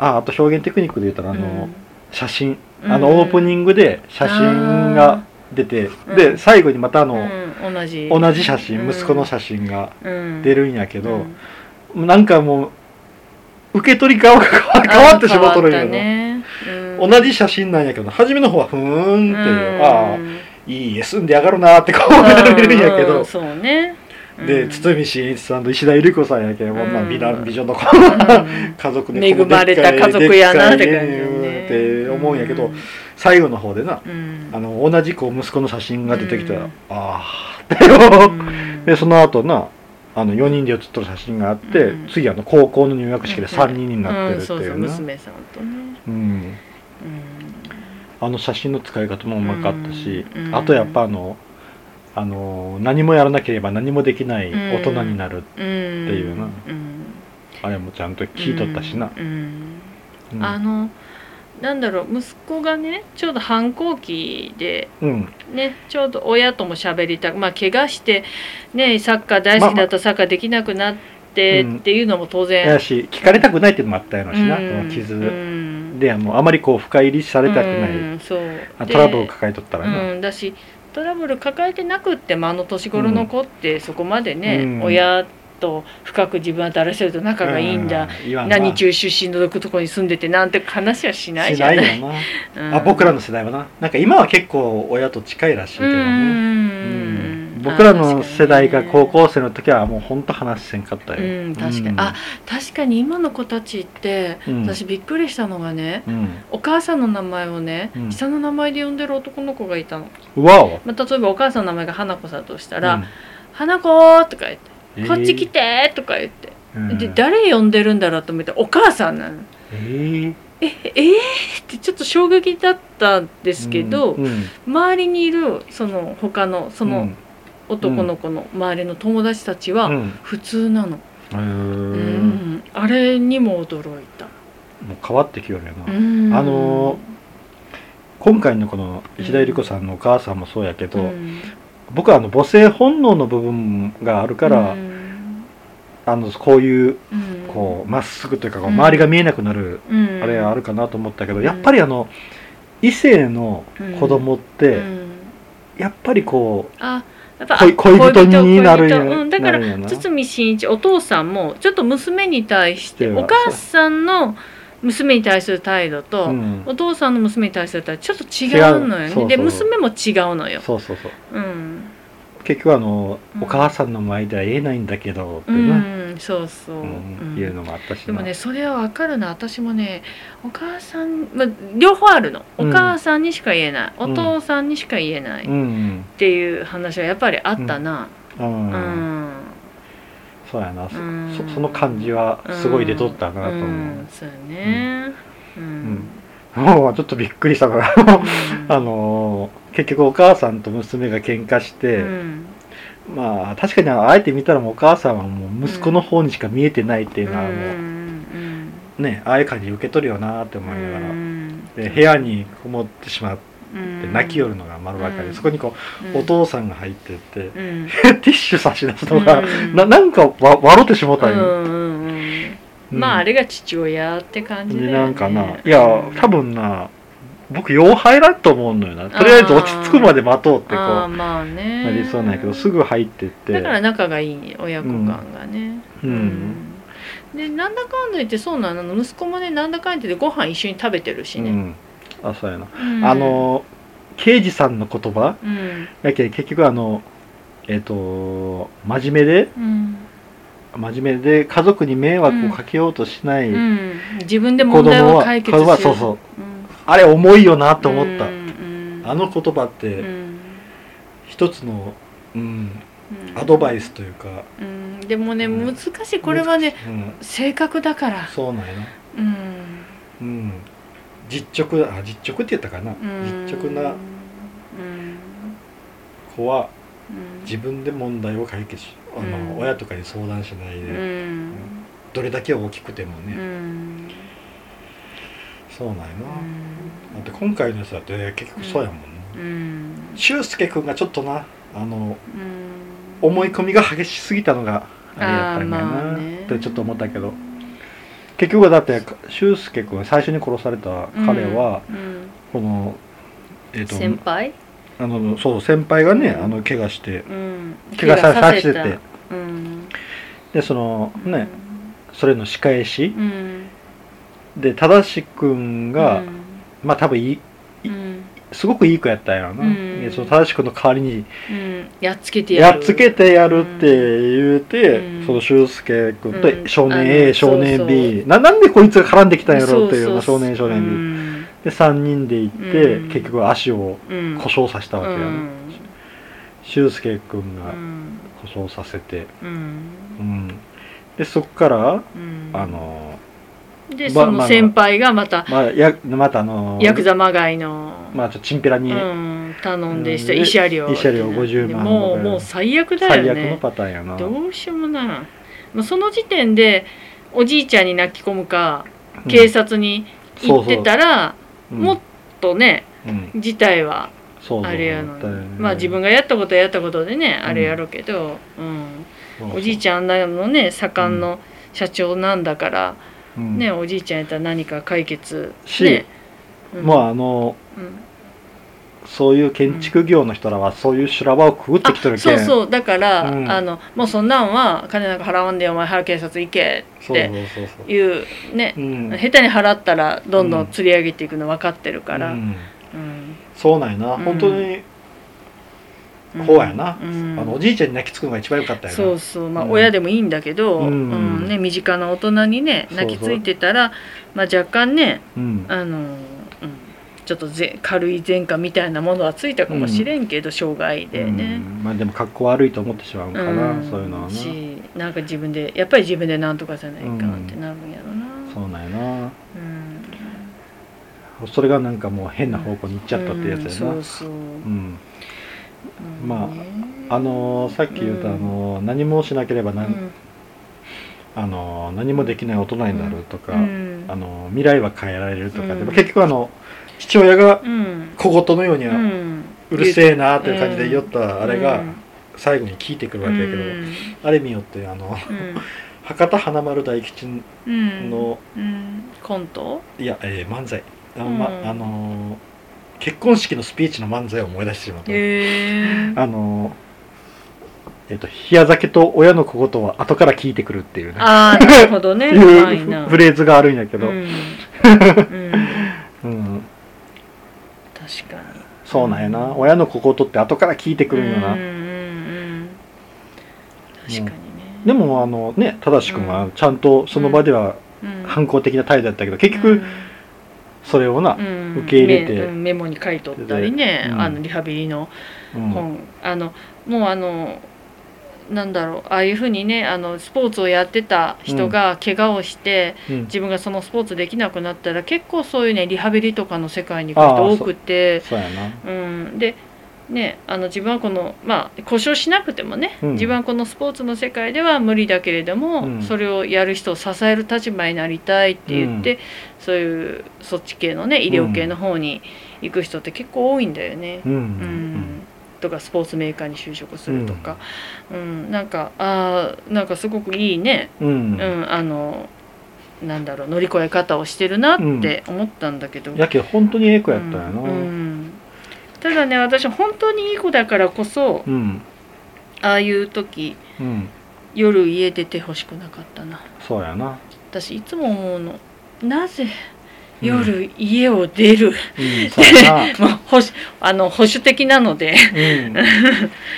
S1: ああと表現テクニックで言ったらあの、写真あのオープニ
S2: グ
S1: ングで写真が出て、で最後にまたあの、
S2: うん、同じ
S1: 同じ写真、
S2: うん
S1: 息子の写真が出
S2: 出
S1: るんやけ
S2: う
S1: ど
S2: ん、
S1: なんかもう受け取り側が変わってしまうとるんや
S2: あ
S1: な、
S2: ー変わったねうん
S1: 同じ写真なんやけど初めの方はふーんっていう、ああ
S2: うん
S1: いいえ住んでやがるなーってこう見れるんやけ
S2: う
S1: ど
S2: ん、そうね
S1: で堤真一さんと石田ゆり子さんやけど、まあ、
S2: うん
S1: 美男美女の子、
S2: うん
S1: 家族で
S2: 恵まれた家族やなって感じよね
S1: って思うんやけど、最後の方でな
S2: うん
S1: あの同じこう息子の写真が出てきたら、
S2: うん
S1: ああってよ、
S2: うん
S1: でその後なあの4人で写っとる写真があって、
S2: うん
S1: 次あの高校の入学式で3人になってるって
S2: うんそう
S1: い
S2: そう
S1: うな、うん
S2: 娘さんとねうん
S1: あの写真の使い方もうまかったし、
S2: うん
S1: あとやっぱあのあの何もやらなければ何もできない大人になる、
S2: っていう
S1: なあれもちゃんと聞いとったしな、
S2: うん
S1: うん
S2: あのなんだろう息子がねちょうど反抗期で
S1: うん
S2: ね、ちょうど親とも喋りたくまあ怪我して、ね、サッカー大好きだったサッカーできなくなって
S1: まあまあ
S2: っていうのも当然、
S1: やし聞かれたくないっていうのもあったようなしな、この傷、
S2: うん
S1: でもうあまりこう深入りされたくない、
S2: うんそう
S1: あ
S2: で
S1: トラブルを抱えとったらな、
S2: うん、だしトラブル抱えてなくってもあの年頃の子ってそこまでね、
S1: うん
S2: 親と深く自分は誰せると仲がいいんだ、
S1: う言わんな
S2: 何中出身のどこどこに住んでてなんて話はしない
S1: し
S2: じゃ
S1: な
S2: ないい
S1: よな、
S2: うん
S1: あ僕らの世代はななんか今は結構親と近いらしいけ
S2: う
S1: ど
S2: んう
S1: ね、
S2: んうん
S1: 僕らの世代が高
S2: あ
S1: 校生の時はもうほんと話せんかったよ、
S2: うん確かにあ確かに今の子たちって、
S1: うん
S2: 私びっくりしたのがね
S1: うん
S2: お母さんの名前をね、
S1: うん
S2: 下の名前で呼んでる男の子がいたの、
S1: うわお
S2: まあ、例えばお母さんの名前が花子さんとしたら「
S1: うん
S2: 花子」とか言って
S1: え
S2: 「
S1: ー
S2: こっち来て」とか言って、
S1: うん
S2: で誰呼んでるんだろうと思ったらお母さんなの。
S1: えー
S2: ええー、ってちょっと衝撃だったんですけど、
S1: うんうん
S2: 周りにいるその他のその
S1: うん
S2: 男の子の周りの友達たち
S1: う
S2: は
S1: ん
S2: 普通なの、
S1: へー
S2: うんあれにも驚いた、
S1: もう変わってきよるよな、
S2: うん
S1: あの今回のこの石田ゆり子さんのお母さんもそうやけど、
S2: うん
S1: 僕はあの母性本能の部分があるから、
S2: うん
S1: あのこういう
S2: うん
S1: こうまっすぐというかこう
S2: うん
S1: 周りが見えなくなる、
S2: うん
S1: あれあるかなと思ったけど、
S2: うん
S1: やっぱりあの異性の子供っ
S2: う
S1: て、
S2: ん
S1: やっぱりこう
S2: あやっぱ
S1: 恋恋人になるん
S2: 恋
S1: や
S2: 人うん、だか
S1: な
S2: ら
S1: るんやな
S2: 堤真一お父さんもちょっと娘に対して
S1: では
S2: お母さんの娘に対する態度と、
S1: うん
S2: お父さんの娘に対する態度ちょっと違うのよね
S1: 違うそうそう
S2: で娘も違うのよ、
S1: そうそうそう
S2: うん
S1: 結局あの、
S2: うん
S1: お母さんの前では言えないんだけどって
S2: う
S1: な、
S2: ん、そうそう、
S1: うん
S2: うん
S1: いうのもあったし
S2: で
S1: な
S2: もねそれは分かるな私もねお母さん、まあ、両方あるのお
S1: うん
S2: 母さんにしか言えない、
S1: ん
S2: お父さんにしか言えないっ
S1: うん
S2: ていう話はやっぱりあったな
S1: う、
S2: うんん、
S1: そうやな、そ
S2: うん
S1: そその感じはすごい出とったなと思う、
S2: んそうよねうん、
S1: もうちょっとびっくりしたのが
S2: うん
S1: あのー結局お母さんと娘が喧嘩し
S2: う
S1: て、
S2: ん
S1: まあ確かにあえて見たらもうお母さんはもう息子の方にしか見えてないっていうのはも
S2: うん
S1: う、
S2: うん
S1: ねああいう感じで受け取るよなって思いながら、
S2: うん
S1: で部屋にこもってしまって泣きよる
S2: の、
S1: のが丸ばかり、
S2: うん
S1: そこにこ
S2: う
S1: うお
S2: ん、
S1: 父さんが入ってって、
S2: うん
S1: ティッシュ差し出すのが、
S2: うん
S1: ななんかわ笑ってしもう
S2: う
S1: たん
S2: ん
S1: よ、
S2: うんうん
S1: うん
S2: まああれが父親って感じだよ
S1: で
S2: ね。
S1: なんかないや多分な僕妖怪だと思うのよなとりあえず落ち着くまで待とうってこう
S2: あー
S1: な
S2: まあね
S1: りそうなんやけどすぐ入ってって
S2: だから仲がいいね親子感がね。
S1: うん
S2: うんでなんだかんだ言ってそうなのあの息子もねなんだかんだ言ってご飯一緒に食べてるし
S1: う
S2: ね。
S1: んあそうやな、
S2: うん
S1: あ、の刑事さんの言葉
S2: うん
S1: やけん結局あのえっ、と真面目で
S2: うん
S1: 真面目で家族に迷惑をかけようとしない、
S2: うん、自分で
S1: 子
S2: 問題
S1: 供
S2: を
S1: は
S2: 解決
S1: 子供は
S2: し
S1: そ
S2: よ
S1: うそう
S2: ううん
S1: あれ重いよなと思った、
S2: うん
S1: あの言葉っ
S2: う
S1: て
S2: ん
S1: 一つの、うん、
S2: うん
S1: アドバイスというか
S2: うんでもね
S1: うん
S2: 難しいこれはね、
S1: うん、
S2: 性格だから
S1: そうなんやな
S2: うん
S1: うん、実直あ実直って言ったかな、
S2: うん
S1: 実直な
S2: うん
S1: 子は
S2: うん
S1: 自分で問題を解決し、あの
S2: うん
S1: 親とかに相談しないで、
S2: うん
S1: どれだけ大きくても
S2: う
S1: ね、
S2: ん
S1: そうなんやな、だって今回のやつだって結局そうやもんな、
S2: うん
S1: 俊介君がちょっとなあの
S2: うん
S1: 思い込みが激しすぎたのがあれやったんや
S2: あーま
S1: な
S2: あね
S1: ってちょっと思ったけど結局はだって俊介君最初に殺された彼は、
S2: うん
S1: このえっ、
S2: 先
S1: と
S2: 輩
S1: あのそう先輩がね、
S2: うん
S1: あの怪我して
S2: うん
S1: 怪我ささせて
S2: た
S1: て
S2: うん
S1: でそのねそれの仕返し
S2: うん
S1: で正しくんが、まあ多分いい
S2: うん
S1: すごくいい子やったんやろな、
S2: うん
S1: でその正しくんの代わりに
S2: うんやっつけてや
S1: や
S2: る
S1: っつけてやるって言うて、
S2: うん
S1: その俊介君
S2: うん
S1: と少年
S2: あ
S1: A
S2: の
S1: 少年
S2: そう
S1: B ななんでこいつが絡んできたんやろうっていう
S2: そ
S1: まあ
S2: そ
S1: 少年少年 B、
S2: うん
S1: で3人で行って、
S2: うん
S1: 結局足を
S2: うん
S1: 故障させたわけや
S2: う
S1: ね
S2: ん
S1: 俊介君が
S2: うん
S1: 故障させて、
S2: うん
S1: うん、でそっから
S2: うん
S1: あの、
S2: で
S1: ま
S2: そ
S1: ま
S2: の
S1: あ
S2: 先輩がまた
S1: まあ、やまたあの
S2: ヤクザまがいの
S1: まあちょっとチンピラに、
S2: うん頼んでした
S1: うん
S2: 慰謝料
S1: 慰謝料50万
S2: もう
S1: とか
S2: もう最悪だ
S1: 最
S2: よ
S1: 悪の
S2: ね
S1: パターンやな
S2: どうしようもないまあその時点でおじいちゃんに泣き込むか警察に行ってたら、
S1: うん
S2: もっとね
S1: うん
S2: 事態は
S1: そうそう
S2: あれやのに、
S1: だよね
S2: まあ自分がやったことはやったことでね、
S1: うん
S2: あれやろうけど、うん、
S1: そうそう
S2: おじいちゃんあんなのね盛んの社長なんだから、
S1: うん
S2: ねおじいちゃんやったら何か解決
S1: し
S2: ね、うん
S1: まああの
S2: うん
S1: そういう建築業の人らはそういう修羅場をくぐってきとる
S2: あ
S1: け
S2: そ
S1: ん
S2: うそうだから、
S1: うん
S2: あのもうそんなんは金なんか払わんでよお前早く警察行け
S1: そうそうそうそう
S2: いうね、
S1: うん
S2: 下手に払ったらどんどん釣り上げていくの分かってるから、
S1: う
S2: うん
S1: んそうなんやな、
S2: うん
S1: 本当にこうやな、
S2: うん
S1: あのおじいちゃんに泣きつくのが一番良かったよな
S2: そうそうまあ
S1: うん
S2: 親でもいいんだけど、
S1: う
S2: うんんね、身近な大人にね
S1: そうそう
S2: 泣きついてたら、まあ、若干ね
S1: うん
S2: あの、うん、ちょっとぜ軽い前科みたいなものはついたかもしれんけど、障害で
S1: う
S2: ね。
S1: んまあでも格好悪いと思ってしまうんかな、
S2: うん
S1: そういうのはなそ
S2: しなんか自分でやっぱり自分でなんとかじゃないかってなるんやろな、
S1: うなんやな
S2: うん
S1: それがなんかもう変な方向に行っちゃったってやつやな、
S2: う
S1: うんん
S2: そうそう、
S1: まあ
S2: ね
S1: あのーさっき言った、あのー何もしなければ
S2: う
S1: なんあの何もできない大人になるとか、
S2: うん
S1: あの未来は変えられるとかで、
S2: うん
S1: まあ結局あの父親が
S2: うん
S1: 小言のように、
S2: うん
S1: うるせえなという感じで酔ったあれが
S2: うん
S1: 最後に効いてくるわけだけど、
S2: うん
S1: ある意味によってあの
S2: うん
S1: 博多華丸大吉
S2: うん
S1: の、
S2: うんコント
S1: いや、えー漫才あ,、ま
S2: うん
S1: あのー結婚式のスピーチの漫才を思い出してしまった、
S2: へえ
S1: あのーえっ、と「冷や酒と親の小言は後から聞いてくる」っていうね
S2: あーなるほどね
S1: い
S2: うまいな
S1: う フレーズがあるんやけど、
S2: う
S1: うん
S2: ん、うん確かに
S1: そうなんやな、親の小言って後から聞いてくるんやな、
S2: うんうんうん確かにね
S1: でもあのね正しくんはちゃんとその場では
S2: うん
S1: 反抗的な態度だったけど結局それをな、
S2: うん
S1: 受け入れて
S2: メうんメモに書いとったりね、
S1: うん
S2: あのリハビリの
S1: うん
S2: 本、あのもうあのなんだろうああいうふうにねあのスポーツをやってた人が怪我をして、
S1: うん
S2: 自分がそのスポーツできなくなったら結構そういうねリハビリとかの世界に行く人多くて
S1: そうやな
S2: うん、で、ね、あの自分はこの、まあ、故障しなくてもね、
S1: うん
S2: 自分はこのスポーツの世界では無理だけれども、
S1: うん
S2: それをやる人を支える立場になりたいって言って、
S1: う
S2: そういうそっち系のね医療系の方に行く人って結構多いんだよね。
S1: うん
S2: うんとかスポーツメーカーに就職するとか、うんなんかあーなんかすごくいいね、
S1: うん、
S2: うんあのなんだろう乗り越え方をしてるなって思ったんだけど、
S1: やけど本当にええ子やったんやな
S2: うんうんただね私本当にいい子だからこそ
S1: うん
S2: ああいう時
S1: うん
S2: 夜家出てほしくなかったな
S1: そうやな
S2: 私いつも思うのなぜ夜家を出る、
S1: うんそうやな
S2: まあ保守あの保守的なので
S1: うん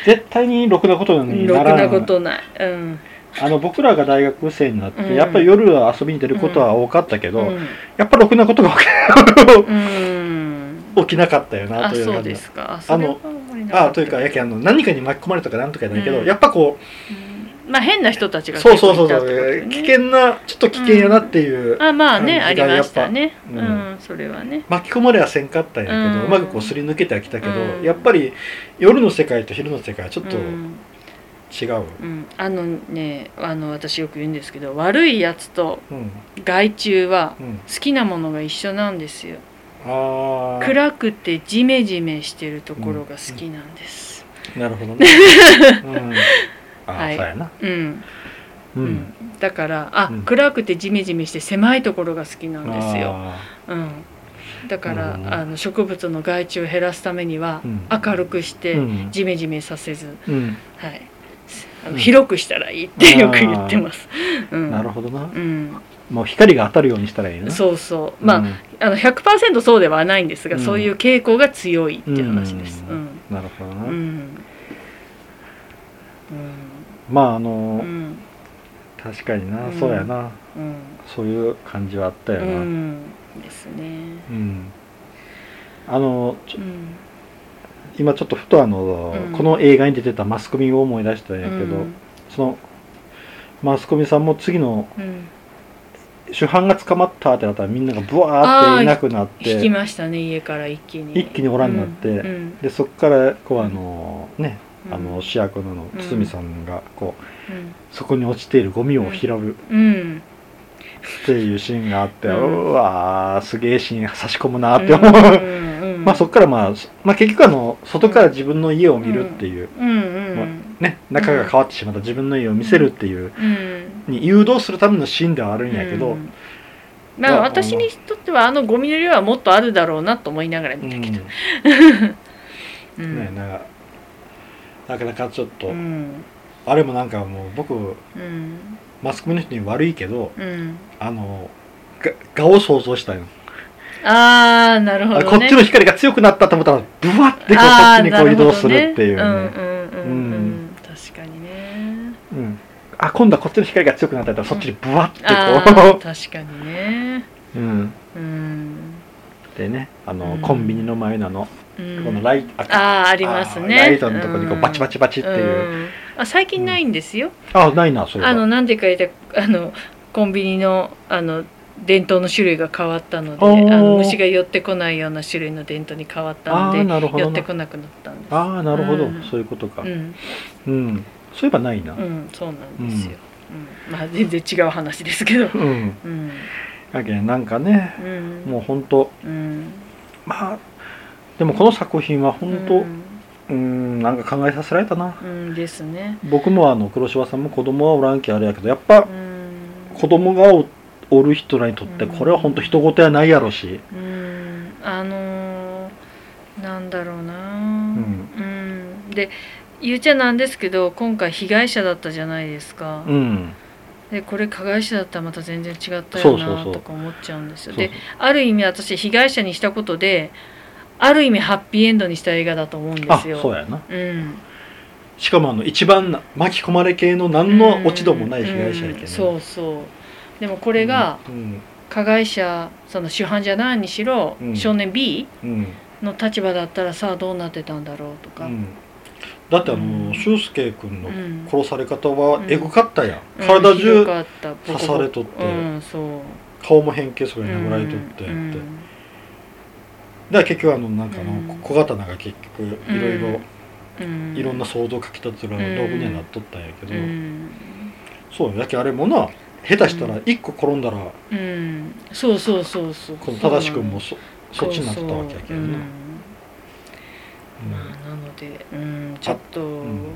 S1: 絶対にろくなことに
S2: ろ
S1: な
S2: く
S1: らない
S2: なことない、うん
S1: あの僕らが大学生になって、
S2: うん
S1: やっぱり夜は遊びに出ることは多かったけ
S2: う
S1: ど、
S2: ん
S1: やっぱろくなことが
S2: うん、
S1: 起きなかったよな
S2: あ
S1: という
S2: そ
S1: 感
S2: う
S1: じ
S2: ですかあ
S1: あの
S2: それはあんまりなかった
S1: あというかやけんあの何かに巻き込まれたかなんとかやないけど、
S2: うん
S1: やっぱこう
S2: うんまあ変な人たちが
S1: そうそうそうそ
S2: 結構いたってことだよ
S1: う
S2: ね
S1: 危険なちょっと危険やなっていう、
S2: あまあねあ
S1: 感
S2: り
S1: じが
S2: ましたね
S1: やっ
S2: う
S1: ぱうん
S2: ん、それはね
S1: 巻き込まれはせんかったんやけど、
S2: う
S1: うんまくこうすり抜けてはきたけど、
S2: うん
S1: やっぱり夜の世界と昼の世界はちょっと
S2: う
S1: 違
S2: ん
S1: う、
S2: うん、あのねあの私よく言うんですけど悪いやつと
S1: うん
S2: 害虫は
S1: うん、
S2: 好きなものが一緒なんですよ
S1: ああ
S2: 暗くてジメジメしてるところが好きなんです
S1: なるほど ね、うん、ああ、
S2: はい
S1: そうやな
S2: うん、
S1: う
S2: うん
S1: ん、
S2: だからあ、
S1: うん
S2: 暗くてジメジメして狭いところが好きなんですよ、
S1: あ
S2: うん、だから、
S1: なるほどね
S2: あの植物の害虫を減らすためには、
S1: うん
S2: 明るくし
S1: ー
S2: て、
S1: うん
S2: ジメジメさせず、
S1: うん
S2: はい、あの
S1: うん
S2: 広くしたらいいってよく言ってます、うん、
S1: なるほどな
S2: うん、
S1: もう光が当たるようにしたらいいな
S2: そうそう
S1: うん
S2: まあ、あの100%そうではないんですが、
S1: うん
S2: そういう傾向が強いっていう話です。う
S1: うんんなるほど
S2: う
S1: な、
S2: ん
S1: まああ
S2: う
S1: の、
S2: ん
S1: 確かにな、
S2: うん
S1: そうやな
S2: うん
S1: そういう感じはあった
S2: う
S1: よなうん、
S2: んですね。
S1: あのちょ
S2: うん
S1: 今ちょっとふとあの、
S2: うん
S1: この映画に出てたマスコミを思い出したんやけど、
S2: うん
S1: そのマスコミさんも次の
S2: うん
S1: 主犯が捕まったってなったらみんながブワーっていなくなっ
S2: 引き
S1: て
S2: ましたね家から一気に
S1: 一気におらんなって
S2: うんうん
S1: でそっからこうあのね、
S2: うん
S1: あの主役のあの
S2: うん
S1: 堤さんがこうそこに落ちているゴミを拾う
S2: うんうん
S1: っていうシーンがあって、う
S2: うん
S1: わーすげえシーン差し込むな
S2: あ
S1: って思う、
S2: うん
S1: まあそっからまあ、そまあ、結局あの外から自分の家を見るっていう、
S2: うんうん
S1: まあね中が変わってしまった自分の家を見せるっていう
S2: うん
S1: に誘導するためのシーンではあるんやけど、
S2: うんまあ私にとってはあのゴミの量はもっとあるだろうなと思いながら
S1: うん
S2: 見たけど
S1: ね、
S2: うん
S1: なんかなかなかちょっと、
S2: うん
S1: あれもなんかもう僕
S2: うん
S1: マスコミの人に悪いけど
S2: うん
S1: あのが画を想像したよ、
S2: ああなるほど
S1: あ
S2: ね
S1: こっちの光が強くなったと思ったらブワッてこうそっちにこう移動するっていうね
S2: あーなるほどねうんうんうんうんうん確かにね
S1: うんあ今度はこっちの光が強くなったらそっちにブワ
S2: あ
S1: ッて
S2: ー
S1: こ
S2: 確かにね
S1: う、うん、
S2: うん
S1: でねあの、
S2: うん
S1: コンビニの前のあの
S2: うん
S1: このライト、あ
S2: あーありますね
S1: ライトのとこにこうバチバチバチっていう、
S2: うんあ最近ないんですよ
S1: あないなそれは
S2: あのなんでか言ったらあのコンビニのあの伝統の種類が変わったので
S1: おー
S2: あの虫が寄ってこないような種類の伝統に変わった
S1: あー
S2: ので
S1: なるほ
S2: 寄
S1: ど
S2: って
S1: な
S2: こなくなったんです
S1: あーなるほど、
S2: うん
S1: そういうことか
S2: うん
S1: うん、そういえばないな、
S2: うんそうなんですよ、
S1: う
S2: うんまあ全然違う話ですけど
S1: うん
S2: うん
S1: だけどなんかね
S2: うん
S1: もう本当
S2: うん
S1: まあでもこの作品は本当
S2: うん
S1: うーんなんか考えさせられたな
S2: うんですね
S1: 僕もあの黒柴さんも子供はおらんけあれやけどやっぱ
S2: うん
S1: 子供がおおる人らにとってこれは本当人事やないやろし
S2: うんあのーなんだろうな
S1: うん
S2: うんでゆうちゃなんですけど今回被害者だったじゃないですか、
S1: うん
S2: でこれ加害者だったらまた全然違ったよ
S1: そうそう
S2: な
S1: そう
S2: とか思っちゃうんです
S1: そ
S2: よ
S1: う
S2: である意味私被害者にしたことである意味ハッピーエンドにした映画だと思うんで
S1: あ
S2: すよ
S1: そうやな
S2: うん
S1: しかもあの一番な巻き込まれ系の何の落ち度もない被害者やけど、ね
S2: うんそうそうでもこれが
S1: うん
S2: 加害者その主犯じゃないにしろ、
S1: うん
S2: 少年 B
S1: うん
S2: の立場だったらさあどうなってたんだろうと
S1: う
S2: か、
S1: んだってあ
S2: う
S1: の
S2: ん
S1: 俊介君の
S2: うん
S1: 殺され方は
S2: うん
S1: エグかったやん、
S2: うん
S1: 体
S2: ひど
S1: 中
S2: かったボコボ
S1: 刺
S2: コ
S1: されとって、
S2: うんそう
S1: 顔も変形それに殴られとってって、
S2: うん
S1: だから結局あのなんかあの
S2: うん
S1: 小刀が結局いろいろ
S2: うん
S1: いろんな想像をかき立てる道具にはなっとったんやけど、
S2: うん
S1: そうやだけどあれもな下手したら一個転んだら
S2: うん、そうそうそうそう
S1: この正しくんもそそっちになってたわけやけど
S2: そうそう
S1: な。
S2: うんまあなので、うん、ちょっと、
S1: ん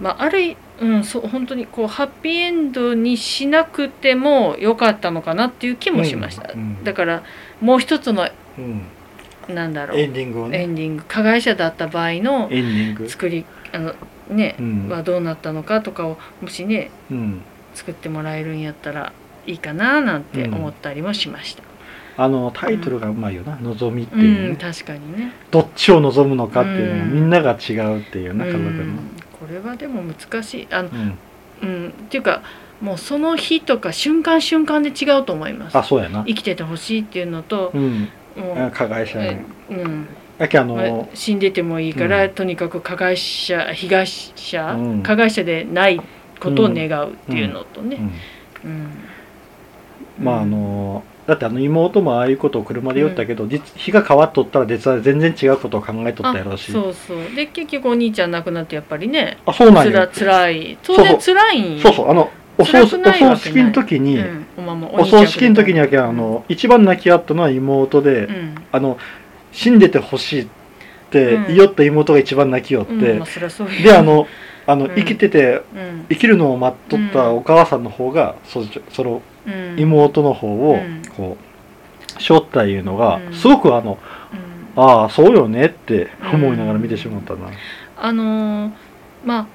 S2: まああるいうんそう本当にこうハッピーエンドにしなくてもよかったのかなっていう気もしました、
S1: うんうん
S2: だからもう一つの
S1: うん
S2: なんだろう
S1: エ
S2: エン
S1: ンディングを
S2: デ
S1: ね
S2: ィング加害者だった場合の
S1: エンディング
S2: 作りあのね
S1: う、ん
S2: はどうなったのかとかをもしね
S1: うん
S2: 作ってもらえるんやったらいいかななんて思ったりもしました。
S1: あのタイトルがうまいよな「望み」って
S2: うん、
S1: いうね、
S2: 確かにね。
S1: どっちを望むのかっていうのが
S2: うん
S1: みんなが違うっていう
S2: う
S1: な家族の、
S2: ん、これはでも難しいあの
S1: うん、
S2: うん、っていうかもうその日とか瞬間瞬間で違うと思います
S1: あそうやな
S2: 生きててほしいっていうのと
S1: う、ん
S2: も
S1: あ
S2: う、
S1: 加害者に
S2: うん
S1: だけあの、
S2: まあ死んでてもいいから、
S1: うん
S2: とにかく加害者被害者、
S1: うん
S2: 加害者でないことを願うっていうのと
S1: う
S2: ね、
S1: ん
S2: うん
S1: まああのだってあの妹もああいうことを車で言ったけど、実日が変わっとったら実は全然違うことを考えとったやろうし
S2: そうそうで結局お兄ちゃん亡くなってやっぱりね
S1: あそうなん
S2: つら
S1: よ
S2: つらい当
S1: う
S2: 然つらいんよ
S1: そうそうあのお葬
S2: 辛く
S1: お
S2: ないわけな
S1: 葬
S2: い
S1: 式の時に、
S2: んおまんま
S1: お葬式の時にはけあ、
S2: お兄
S1: の一番泣き合ったのは妹で、
S2: ちゃんうん
S1: あの死んでてほしいって
S2: うん
S1: 言いよった妹が一番泣きよって、
S2: うんまあ、そりゃそうや
S1: であ、のあの、
S2: うん
S1: 生きてて
S2: うん
S1: 生きるのを待っとった
S2: うん
S1: お母さんの方が、そその
S2: うん、
S1: 妹の方を
S2: うん
S1: こうしょったいうのが、
S2: うん
S1: すごくあの
S2: うん
S1: ああそうよねって思いながら見てしまったな、
S2: あのーまあ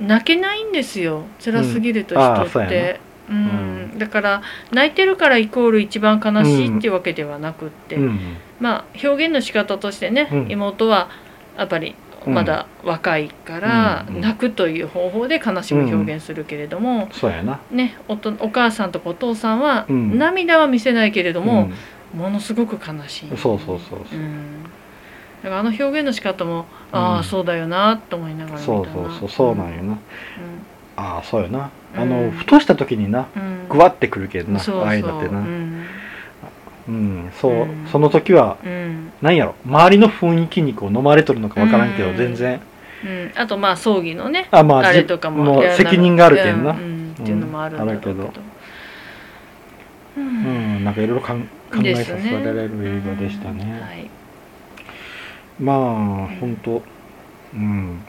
S2: 泣けないんですよ辛すぎると
S1: うんあー
S2: 人
S1: そう
S2: っ
S1: や
S2: て、うん
S1: う
S2: だから泣いてるからイコール一番悲しいっていうわけではなくって、
S1: うん
S2: まあ表現の仕方としてね、
S1: うん
S2: 妹はやっぱりまだ若いから
S1: うん
S2: 泣くという方法で悲しみを表現するけれども、
S1: そうやな
S2: ね、おとお母さんとかお父さんは
S1: うん
S2: 涙は見せないけれども、
S1: ん
S2: ものすごく悲しい
S1: そうそうそうそう
S2: うん、だからあの表現の仕方も、あ
S1: うん
S2: あそうだよなと思いながら見た
S1: そ
S2: な
S1: うそうそうそうなんよな、ああそうやなあの、
S2: うん
S1: ふとした時にな
S2: うんうん
S1: ぐわってくるけどな
S2: そうそう
S1: ああいうのってな
S2: うん
S1: うん、そう、
S2: うん
S1: その時は
S2: うん
S1: なんやろ周りの雰囲気にこう飲まれとるのかわからんけど、
S2: うん
S1: 全然
S2: うん、あとまあ葬儀のね
S1: あまあ
S2: あれ
S1: じ
S2: とかも
S1: もう
S2: やらな
S1: 責任があるけんな
S2: ううんっていうのもあるんだろうけど、
S1: うんあるけ
S2: う
S1: うん、
S2: ん
S1: なんかいろいろかん考え
S2: で
S1: さ
S2: す
S1: せ
S2: ね
S1: られる映画でしたね
S2: うんはい
S1: まあ本当うん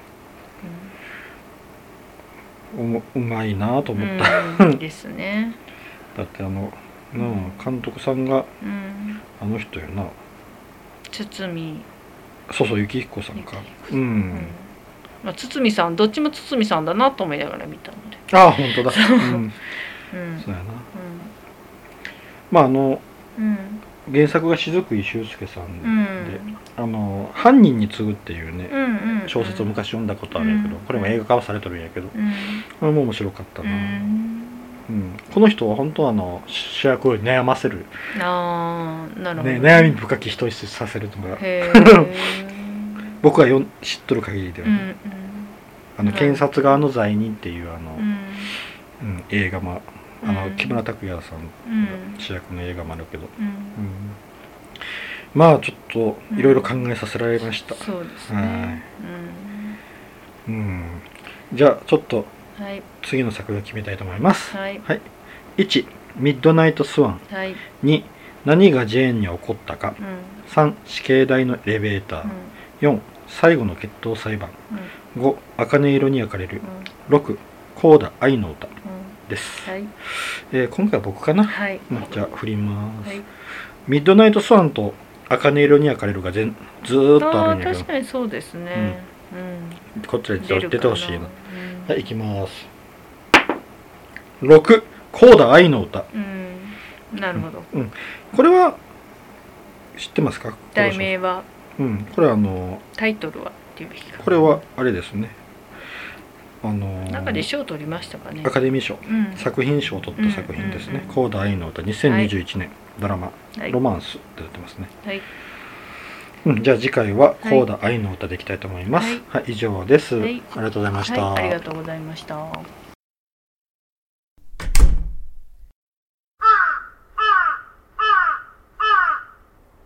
S1: おもうまいなと
S2: う
S1: 思
S2: ん
S1: った、
S2: うんですね、
S1: だってあのなあ監督さんが
S2: うん、
S1: あの人よな
S2: 堤
S1: そうそう幸彦さんかうん、
S2: うんまあ、堤さんどっちも堤さんだなと思いながら見たので、
S1: ああ本当だうん
S2: うん
S1: そうやなまああの
S2: うん
S1: 原作が雫井修介さん
S2: う
S1: で、
S2: ん
S1: あの「犯人に次ぐ」っていうね、
S2: うんうん、
S1: 小説を昔読んだことあるんやけど、
S2: うん
S1: これも映画化はされてるんやけどこ
S2: うん
S1: れも面白かった
S2: う
S1: な、うん
S2: ん
S1: この人は本当あの主役を悩ませる、
S2: あーなるほど、
S1: ね、悩み深き人質させるのが
S2: へー
S1: 僕がよん知っとる限りで
S2: う
S1: は
S2: んう
S1: ね、
S2: ん
S1: あの検察側の罪人っていうあの、
S2: う
S1: う
S2: ん
S1: ん映画もあの、
S2: うん
S1: 木村拓哉さん
S2: うん
S1: が主役の映画もあるけど、
S2: う
S1: うんんまあちょっといろいろ考えさせられました、
S2: そうです
S1: はい
S2: ね、
S1: うん、じゃあちょっと
S2: はい
S1: 次の作画決めたいと思います
S2: はい
S1: 1ミッドナイトスワン
S2: はい
S1: 2何がジェーンに起こったか
S2: うん
S1: 3死刑台のエレベータ
S2: うん
S1: ー4最後の決闘裁判
S2: うん
S1: 5茜色に焼かれる
S2: うん
S1: 6コーダ愛の歌
S2: うん
S1: です、
S2: はい
S1: えー今回は僕かな、
S2: はい
S1: うんじゃあ振ります、
S2: はい
S1: ミッドナイトスワンと茜色に焼かれるが全ずーっとあ
S2: あ
S1: るん
S2: ー
S1: や
S2: 確
S1: け
S2: かにそうですねうん
S1: どこっちで
S2: 出
S1: 出
S2: る
S1: てほしいな
S2: か
S1: はい行きます6コーダ愛の歌
S2: うんうんなるほど
S1: これは知ってますか
S2: 題名は
S1: うんこれはあの
S2: タイトルはっていうべきか
S1: これはあれですねあの
S2: 中で賞取りましたかね
S1: アカデミー賞
S2: うん
S1: 作品賞を取った作品です
S2: うんう
S1: ね「
S2: んうん
S1: コーダ愛の歌」2021年ドラマ「
S2: はい
S1: ロマンス」って出てますね
S2: はい
S1: うんじゃあ次回は「
S2: はい
S1: コーダ愛の歌」でいきたいと思います
S2: はい
S1: はい以上です
S2: は
S1: あ
S2: い
S1: りがとうございまし
S2: はいあり
S1: た
S2: がとうございました